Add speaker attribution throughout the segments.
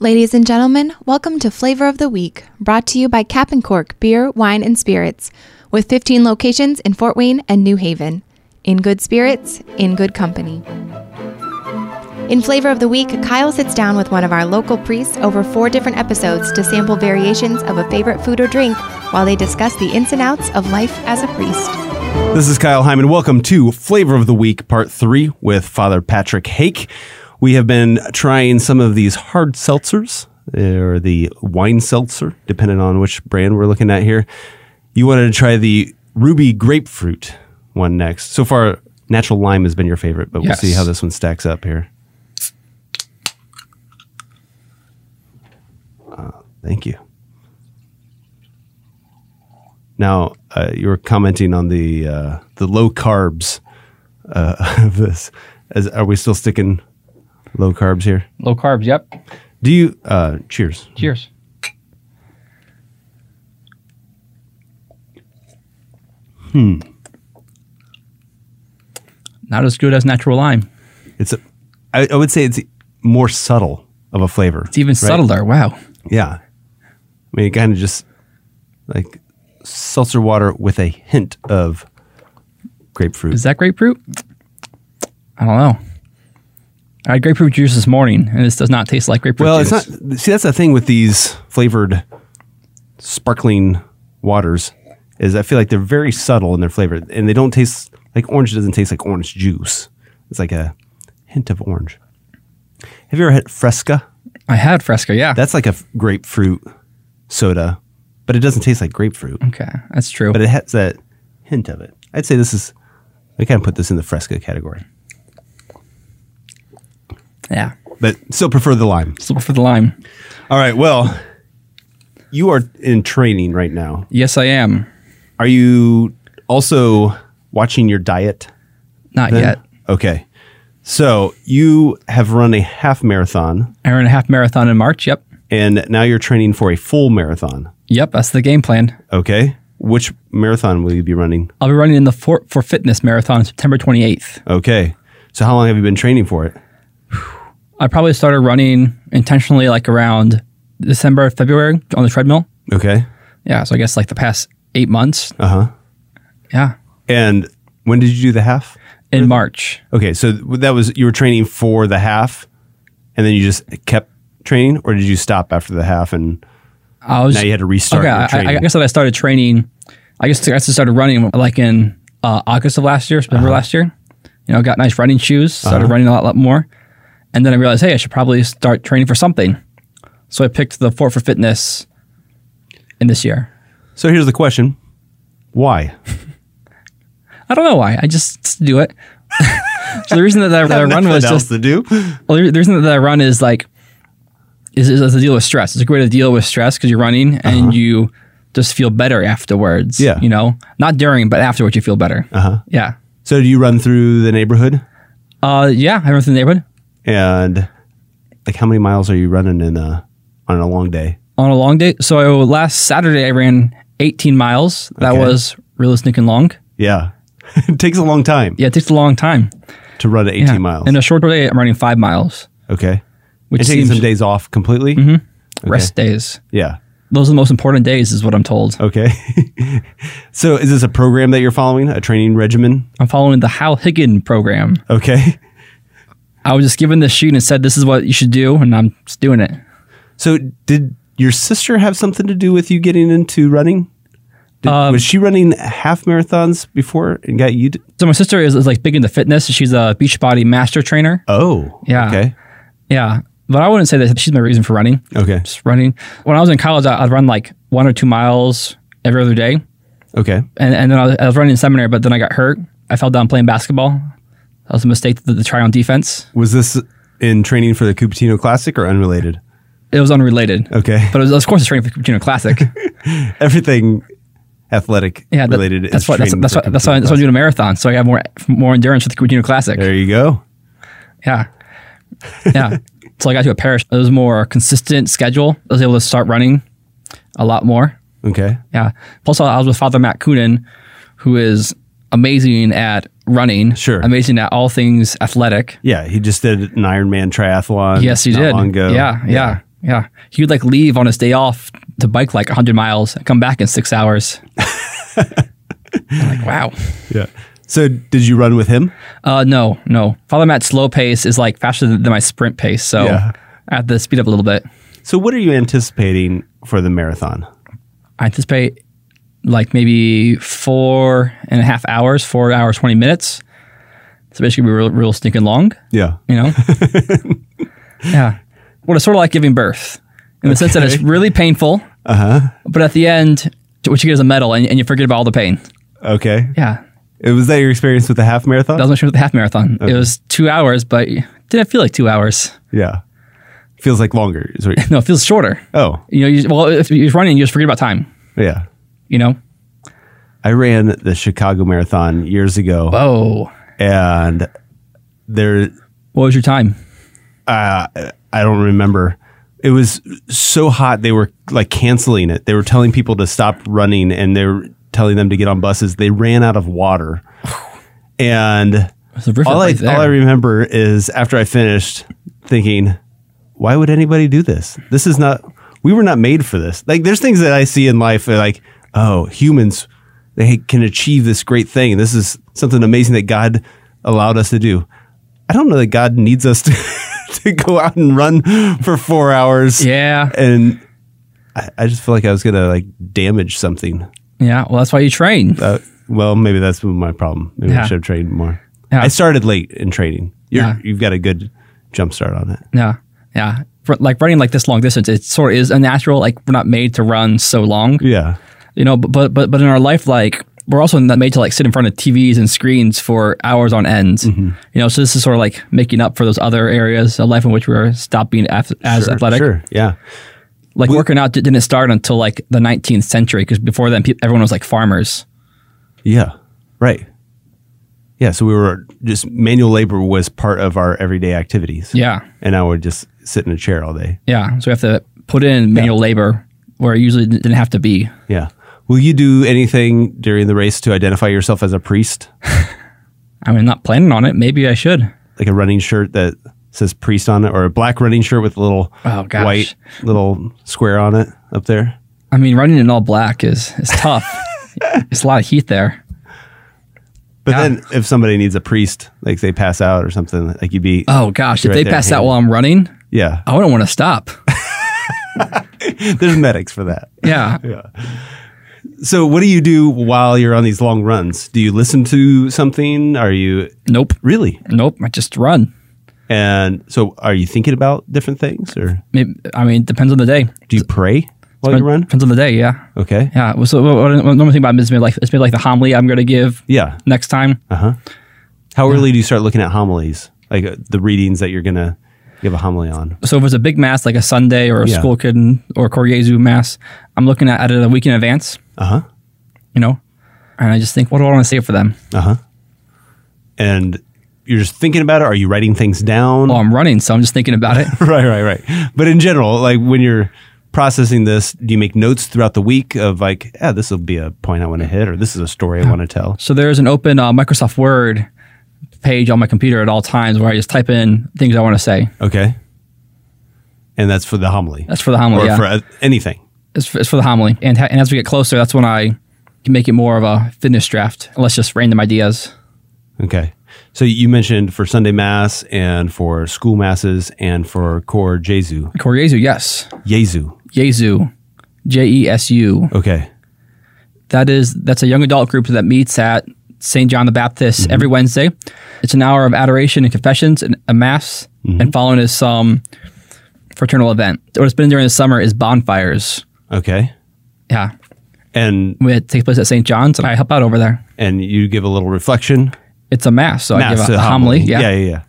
Speaker 1: Ladies and gentlemen, welcome to Flavor of the Week, brought to you by Cap and Cork Beer, Wine, and Spirits, with 15 locations in Fort Wayne and New Haven. In good spirits, in good company. In Flavor of the Week, Kyle sits down with one of our local priests over four different episodes to sample variations of a favorite food or drink while they discuss the ins and outs of life as a priest.
Speaker 2: This is Kyle Hyman. Welcome to Flavor of the Week, Part 3 with Father Patrick Hake. We have been trying some of these hard seltzers or the wine seltzer, depending on which brand we're looking at here. You wanted to try the ruby grapefruit one next. So far, natural lime has been your favorite, but
Speaker 3: Yes.
Speaker 2: we'll see how this one stacks up here. Uh, thank you. Now uh, you were commenting on the uh, the low carbs uh, of this. As, are we still sticking low carbs here?
Speaker 3: Low carbs. Yep.
Speaker 2: Do you? Uh, cheers.
Speaker 3: Cheers. Hmm. Not as good as natural lime.
Speaker 2: It's a, I, I would say it's more subtle of a flavor.
Speaker 3: It's even subtler. Wow.
Speaker 2: Yeah. I mean, it kind of just like seltzer water with a hint of grapefruit.
Speaker 3: Is that grapefruit? I don't know. I had grapefruit juice this morning, and this does not taste like grapefruit
Speaker 2: well,
Speaker 3: juice.
Speaker 2: it's not. See, that's the thing with these flavored sparkling waters is I feel like they're very subtle in their flavor, and they don't taste like orange. Doesn't taste like orange juice. It's like a hint of orange. Have you ever had Fresca?
Speaker 3: I had Fresco. Yeah.
Speaker 2: That's like a f- grapefruit soda, but it doesn't taste like grapefruit.
Speaker 3: okay. That's true.
Speaker 2: but it has that hint of it. I'd say this is. I kind of put this in the fresco category,
Speaker 3: yeah.
Speaker 2: but still prefer the lime.
Speaker 3: Still for the lime.
Speaker 2: All right. Well, you are in training right now.
Speaker 3: Yes, I am.
Speaker 2: Are you also watching your diet?
Speaker 3: Not
Speaker 2: then?
Speaker 3: yet.
Speaker 2: Okay. So you have run a half marathon,
Speaker 3: Hour and a half marathon in March. Yep.
Speaker 2: and now you're training for a full marathon.
Speaker 3: Yep. That's the game plan.
Speaker 2: Okay. Which marathon will you be running?
Speaker 3: I'll be running in the Fort for Fitness Marathon on September 28th.
Speaker 2: Okay. So how long have you been training for it?
Speaker 3: I probably started running intentionally like around December, February on the treadmill.
Speaker 2: Okay.
Speaker 3: Yeah, so I guess like the past eight months.
Speaker 2: Uh huh.
Speaker 3: Yeah,
Speaker 2: And when did you do the half?
Speaker 3: in March.
Speaker 2: Okay, so th- that was you were training for the half, and then you just kept training, or did you stop after the half and
Speaker 3: I was
Speaker 2: now you had to restart
Speaker 3: okay.
Speaker 2: your
Speaker 3: I, I-
Speaker 2: training?
Speaker 3: I guess that I started training. I guess I guess I started running like in uh, August of last year, September
Speaker 2: Uh-huh.
Speaker 3: last year. You know, got nice running shoes. Started running a lot, lot more, and then I realized, hey, I should probably start training for something. So I picked the Fort for Fitness in this year.
Speaker 2: so here's the question: Why?
Speaker 3: I don't know why. I just do it. so the reason that I, that I run was just
Speaker 2: to do.
Speaker 3: well, the reason that I run is like is, is, is a deal with stress. It's a great way to deal with stress because you're running and you just feel better afterwards.
Speaker 2: Uh-huh. Yeah.
Speaker 3: you know, not during, but afterwards you feel better. Uh-huh. Yeah,
Speaker 2: So do you run through the neighborhood,
Speaker 3: uh, yeah. I run through the neighborhood
Speaker 2: and like how many miles are you running in a on a long day?
Speaker 3: on a long day. So last Saturday I ran 18 miles. That
Speaker 2: Okay.
Speaker 3: was really sneaking long.
Speaker 2: Yeah, it takes a long time
Speaker 3: Yeah, it takes a long time.
Speaker 2: to run at 18
Speaker 3: Yeah.
Speaker 2: miles.
Speaker 3: In a short day, I'm running five miles,
Speaker 2: okay,
Speaker 3: which
Speaker 2: and taking
Speaker 3: seems Mm-hmm.
Speaker 2: some days off completely.
Speaker 3: rest days.
Speaker 2: Yeah.
Speaker 3: Those are the most important days, is what I'm told.
Speaker 2: Okay. so is this a program that you're following? A training regimen?
Speaker 3: I'm following the Hal Higgin program.
Speaker 2: Okay.
Speaker 3: I was just given this sheet and said, "This is what you should do," and I'm just doing it.
Speaker 2: So did your sister have something to do with you getting into running? Did,
Speaker 3: Um,
Speaker 2: was she running half marathons before and got you? To,
Speaker 3: So my sister is, is like big into fitness. She's a Beachbody master trainer.
Speaker 2: oh,
Speaker 3: Yeah.
Speaker 2: Okay.
Speaker 3: Yeah, but I wouldn't say that she's my reason for running.
Speaker 2: Okay.
Speaker 3: Just running. When I was in college, I, I'd run like one or two miles every other day,
Speaker 2: Okay.
Speaker 3: and and then I was, I was running in seminary, but then I got hurt. I fell down playing basketball. That was a mistake. The, the try on defense.
Speaker 2: Was this in training for the Cupertino Classic or unrelated?
Speaker 3: It was unrelated.
Speaker 2: Okay.
Speaker 3: But it was, of course, it's training for the Cupertino Classic.
Speaker 2: Everything athletic
Speaker 3: Yeah, that-
Speaker 2: related
Speaker 3: That's
Speaker 2: is
Speaker 3: what. That's,
Speaker 2: training
Speaker 3: that's
Speaker 2: for Cupertino
Speaker 3: what. That's why. That's why I'm
Speaker 2: Classic.
Speaker 3: doing a marathon, so I have more more endurance with the Cupertino Classic.
Speaker 2: There you go.
Speaker 3: Yeah. Yeah. so I got to a parish. It was more consistent schedule. I was able to start running a lot more.
Speaker 2: Okay.
Speaker 3: Yeah. Plus, I was with Father Matt Coonan, who is amazing at running.
Speaker 2: Sure.
Speaker 3: Amazing at all things athletic.
Speaker 2: Yeah, he just did an Ironman triathlon.
Speaker 3: Yes, he
Speaker 2: not
Speaker 3: did.
Speaker 2: Long ago.
Speaker 3: Yeah, yeah. Yeah. He would like leave on his day off to bike like 100 miles and come back in six hours. I'm like, wow.
Speaker 2: Yeah. So did you run with him?
Speaker 3: Uh, no, no. Father Matt's slow pace is like faster than than my sprint pace. So
Speaker 2: Yeah.
Speaker 3: I have to speed up a little bit.
Speaker 2: So what are you anticipating for the marathon?
Speaker 3: I anticipate like maybe four and a half hours, four hours, 20 minutes. So basically, we're real, real stinking long,
Speaker 2: Yeah.
Speaker 3: you know? yeah. Well, it's sort of like giving birth in the sense that it's really painful. Uh
Speaker 2: Uh-huh.
Speaker 3: huh. But at the end, what you get is a medal and, and you forget about all the pain.
Speaker 2: Okay.
Speaker 3: Yeah.
Speaker 2: It was that your experience with the half marathon?
Speaker 3: That was my trip with the half marathon. It was two hours, but it didn't feel like two hours.
Speaker 2: yeah. Feels like longer. is what you-
Speaker 3: No, it feels shorter.
Speaker 2: oh,
Speaker 3: You know, you, well, if you're running, you just forget about time,
Speaker 2: yeah.
Speaker 3: you know?
Speaker 2: I ran the Chicago Marathon years ago,
Speaker 3: Oh.
Speaker 2: and there
Speaker 3: What was your time?
Speaker 2: I don't remember. It was so hot they were like canceling it. They were telling people to stop running and they were telling them to get on buses. They ran out of water. And
Speaker 3: It's a riff
Speaker 2: all I,
Speaker 3: right there.
Speaker 2: all I remember is after I finished thinking, why would anybody do this? This is not, we were not made for this. Like, there's things that I see in life that, like, oh, humans, they can achieve this great thing. This is something amazing that God allowed us to do. I don't know that God needs us to, to go out and run for four hours.
Speaker 3: yeah.
Speaker 2: And I, I just feel like I was going to, like, damage something.
Speaker 3: Yeah, well, that's why you train.
Speaker 2: Uh, well, maybe that's my problem. Maybe I
Speaker 3: Yeah.
Speaker 2: should have trained more.
Speaker 3: Yeah.
Speaker 2: I started late in training. You're,
Speaker 3: Yeah.
Speaker 2: You've got a good jump start on it.
Speaker 3: yeah, yeah. For, like running like this long distance, it sort of is unnatural. Like we're not made to run so long,
Speaker 2: Yeah.
Speaker 3: you know. But but but, but in our life, like we're also not made to like sit in front of TVs and screens for hours on end.
Speaker 2: Mm-hmm.
Speaker 3: You know, so this is sort of like making up for those other areas of life in which we're stopped being ath- as
Speaker 2: Sure,
Speaker 3: athletic.
Speaker 2: Sure. Yeah.
Speaker 3: Like working out di- didn't start until like the 19th century because before then, pe- everyone was like farmers.
Speaker 2: Yeah. Right. Yeah. So we were just manual labor was part of our everyday activities.
Speaker 3: Yeah,
Speaker 2: And now we're just sit in a chair all day.
Speaker 3: yeah. So we have to put in manual labor where it usually didn't have to be.
Speaker 2: Yeah. Will you do anything during the race to identify yourself as a priest?
Speaker 3: I mean, not planning on it. Maybe I should.
Speaker 2: Like a running shirt that says priest on it or a black running shirt with a little
Speaker 3: Oh, gosh.
Speaker 2: white little square on it up there?
Speaker 3: I mean, running in all black is is tough. it's a lot of heat there.
Speaker 2: But
Speaker 3: Yeah.
Speaker 2: then if somebody needs a priest, like they pass out or something, like you'd be,
Speaker 3: Oh gosh, if
Speaker 2: Right
Speaker 3: they
Speaker 2: there,
Speaker 3: pass out
Speaker 2: handy.
Speaker 3: while I'm running,
Speaker 2: yeah,
Speaker 3: I wouldn't want to stop.
Speaker 2: there's medics for that.
Speaker 3: Yeah.
Speaker 2: So what do you do while you're on these long runs? Do you listen to something? Are you
Speaker 3: Nope.
Speaker 2: really?
Speaker 3: Nope. I just run.
Speaker 2: And so are you thinking about different things or
Speaker 3: Maybe, I mean, depends on the day.
Speaker 2: do you pray while Oh, you run?
Speaker 3: Depends on the day. Yeah.
Speaker 2: Okay.
Speaker 3: Yeah. Well, So what, what, what normally think about is maybe like it's maybe like the homily I'm going to give
Speaker 2: Yeah.
Speaker 3: next time.
Speaker 2: Uh-huh. How early do you start looking at homilies? Like uh, the readings that you're going to give a homily on?
Speaker 3: So if it's a big mass like a Sunday or a
Speaker 2: Yeah.
Speaker 3: school kid or Koryezu mass, I'm looking at, at it a week in advance.
Speaker 2: Uh-huh.
Speaker 3: You know, and I just think, what do I want to say for them?
Speaker 2: Uh-huh. And you're just thinking about it? Are you writing things down?
Speaker 3: Well, I'm running, so I'm just thinking about it.
Speaker 2: right, right, right. But in general, like when you're processing this, do you make notes throughout the week of like, yeah, this will be a point I want to hit, or this is a story I want to tell?
Speaker 3: So there's an open uh, Microsoft Word page on my computer at all times where I just type in things I want to say.
Speaker 2: Okay. And that's for the homily,
Speaker 3: That's for the homily.
Speaker 2: or
Speaker 3: yeah,
Speaker 2: for uh, anything.
Speaker 3: it's, for, it's for the homily. And ha- and as we get closer, that's when I can make it more of a fitness draft, unless just random ideas.
Speaker 2: Okay. So you mentioned for Sunday Mass and for school masses and for core Jesu.
Speaker 3: Koryezu, yes,
Speaker 2: Jesu.
Speaker 3: Yezu, J E S U.
Speaker 2: Okay.
Speaker 3: That is that's a young adult group that meets at St. John the Baptist every Wednesday. It's an hour of adoration and confessions and a mass, and following is some fraternal event. What it's been during the summer is bonfires.
Speaker 2: Okay.
Speaker 3: Yeah,
Speaker 2: And
Speaker 3: It takes place at St. John's, and I help out over there.
Speaker 2: and you give a little reflection.
Speaker 3: It's a mass, so I
Speaker 2: Mass,
Speaker 3: give a,
Speaker 2: uh,
Speaker 3: homily. Yeah.
Speaker 2: yeah,
Speaker 3: yeah,
Speaker 2: yeah, yeah.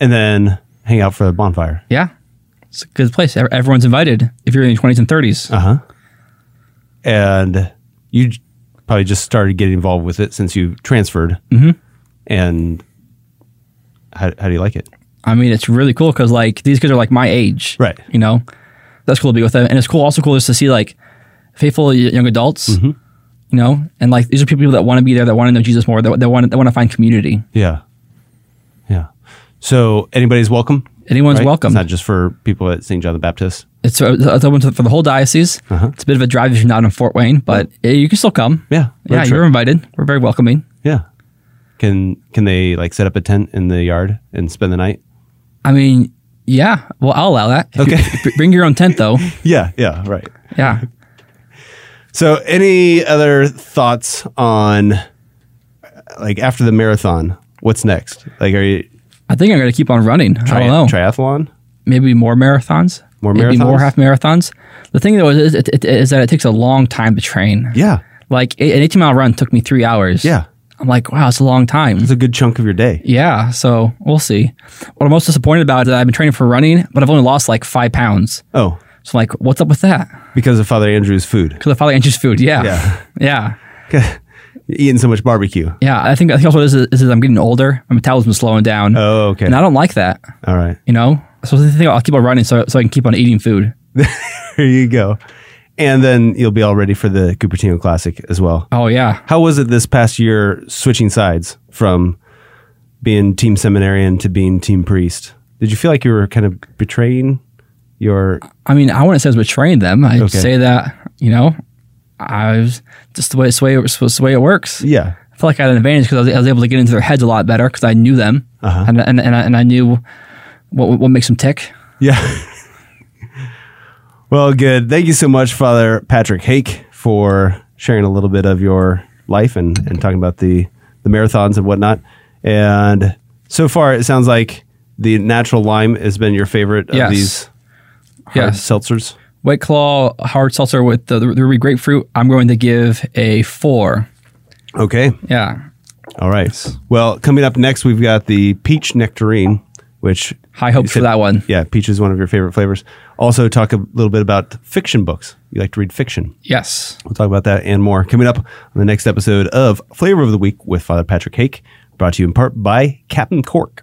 Speaker 2: And then hang out for the bonfire.
Speaker 3: it's a good place. Ev- Everyone's invited if you're in your twenties and 30s
Speaker 2: Uh. Uh-huh. and you j- probably just started getting involved with it since you transferred. Mm-hmm. And how, how do you like it?
Speaker 3: I mean, it's really cool because like these kids are like my age,
Speaker 2: Right.
Speaker 3: You know, that's cool to be with them, and it's cool. Also cool is to see like faithful y- young adults,
Speaker 2: Mm-hmm.
Speaker 3: you know, and like these are people that want to be there, that want to know Jesus more, that, that want that want to find community.
Speaker 2: Yeah, yeah. So anybody's welcome.
Speaker 3: Anyone's
Speaker 2: right?
Speaker 3: welcome.
Speaker 2: It's not just for people at St. John the Baptist.
Speaker 3: It's, uh, it's open to, for the whole diocese. It's a bit of a drive if you're not in Fort Wayne, but eh, you can still come.
Speaker 2: Uh-huh. Yeah,
Speaker 3: yeah,
Speaker 2: road trip.
Speaker 3: you're invited. We're very welcoming.
Speaker 2: Yeah. Can can they like set up a tent in the yard and spend the night?
Speaker 3: I mean, yeah, well, I'll allow that. If you-
Speaker 2: Okay.
Speaker 3: b- bring your own tent, though.
Speaker 2: Yeah, yeah, right.
Speaker 3: Yeah.
Speaker 2: So, any other thoughts on like after the marathon? What's next? Like, are you
Speaker 3: I think I'm going to keep on running. I don't know.
Speaker 2: triathlon?
Speaker 3: Maybe more marathons.
Speaker 2: More
Speaker 3: Maybe more
Speaker 2: marathons?
Speaker 3: half marathons. The thing, though, is, it, it, is that it takes a long time to train.
Speaker 2: Yeah,
Speaker 3: Like a- an 18 mile run took me three hours.
Speaker 2: Yeah.
Speaker 3: I'm like, wow, it's a long time.
Speaker 2: it's a good chunk of your day.
Speaker 3: Yeah, so we'll see. What I'm most disappointed about is that I've been training for running, but I've only lost like five pounds.
Speaker 2: Oh,
Speaker 3: So like, what's up with that?
Speaker 2: because of Father Andrew's food,
Speaker 3: Because I finally inches food. Yeah.
Speaker 2: Yeah.
Speaker 3: yeah.
Speaker 2: eating so much barbecue.
Speaker 3: Yeah. I think I think also what it is is that I'm getting older. My metabolism's slowing down.
Speaker 2: Oh, okay.
Speaker 3: And I don't like that.
Speaker 2: All right,
Speaker 3: You know? So the thing I'll keep on running so so I can keep on eating food.
Speaker 2: there you go. And then you'll be all ready for the Cupertino Classic as well.
Speaker 3: Oh yeah.
Speaker 2: How was it this past year switching sides from being team seminarian to being team priest? Did you feel like you were kind of betraying your
Speaker 3: I mean, I wouldn't say I was betraying them. I'd
Speaker 2: Okay.
Speaker 3: say that, you know, I was just the way it's the way, it's the way it works.
Speaker 2: yeah
Speaker 3: I felt like I had an advantage because I was, I was able to get into their heads a lot better because I knew them
Speaker 2: Uh-huh.
Speaker 3: and, and, and, I, and I knew what, what makes them tick.
Speaker 2: yeah? well, good. Thank you so much, Father Patrick Hake, for sharing a little bit of your life and and talking about the the marathons and whatnot. And so far, it sounds like the natural lime has been your favorite
Speaker 3: Yes.
Speaker 2: of these hard
Speaker 3: Yes.
Speaker 2: seltzers.
Speaker 3: White Claw hard seltzer with the, the ruby grapefruit. I'm going to give a four.
Speaker 2: Okay.
Speaker 3: Yeah.
Speaker 2: All right. Well, coming up next, we've got the peach nectarine, which
Speaker 3: High hopes
Speaker 2: you said-
Speaker 3: for that one.
Speaker 2: Yeah, peach is one of your favorite flavors. Also, talk a little bit about fiction books. You like to read fiction.
Speaker 3: Yes.
Speaker 2: We'll talk about that and more coming up on the next episode of Flavor of the Week with Father Patrick Hake, brought to you in part by Captain Cork.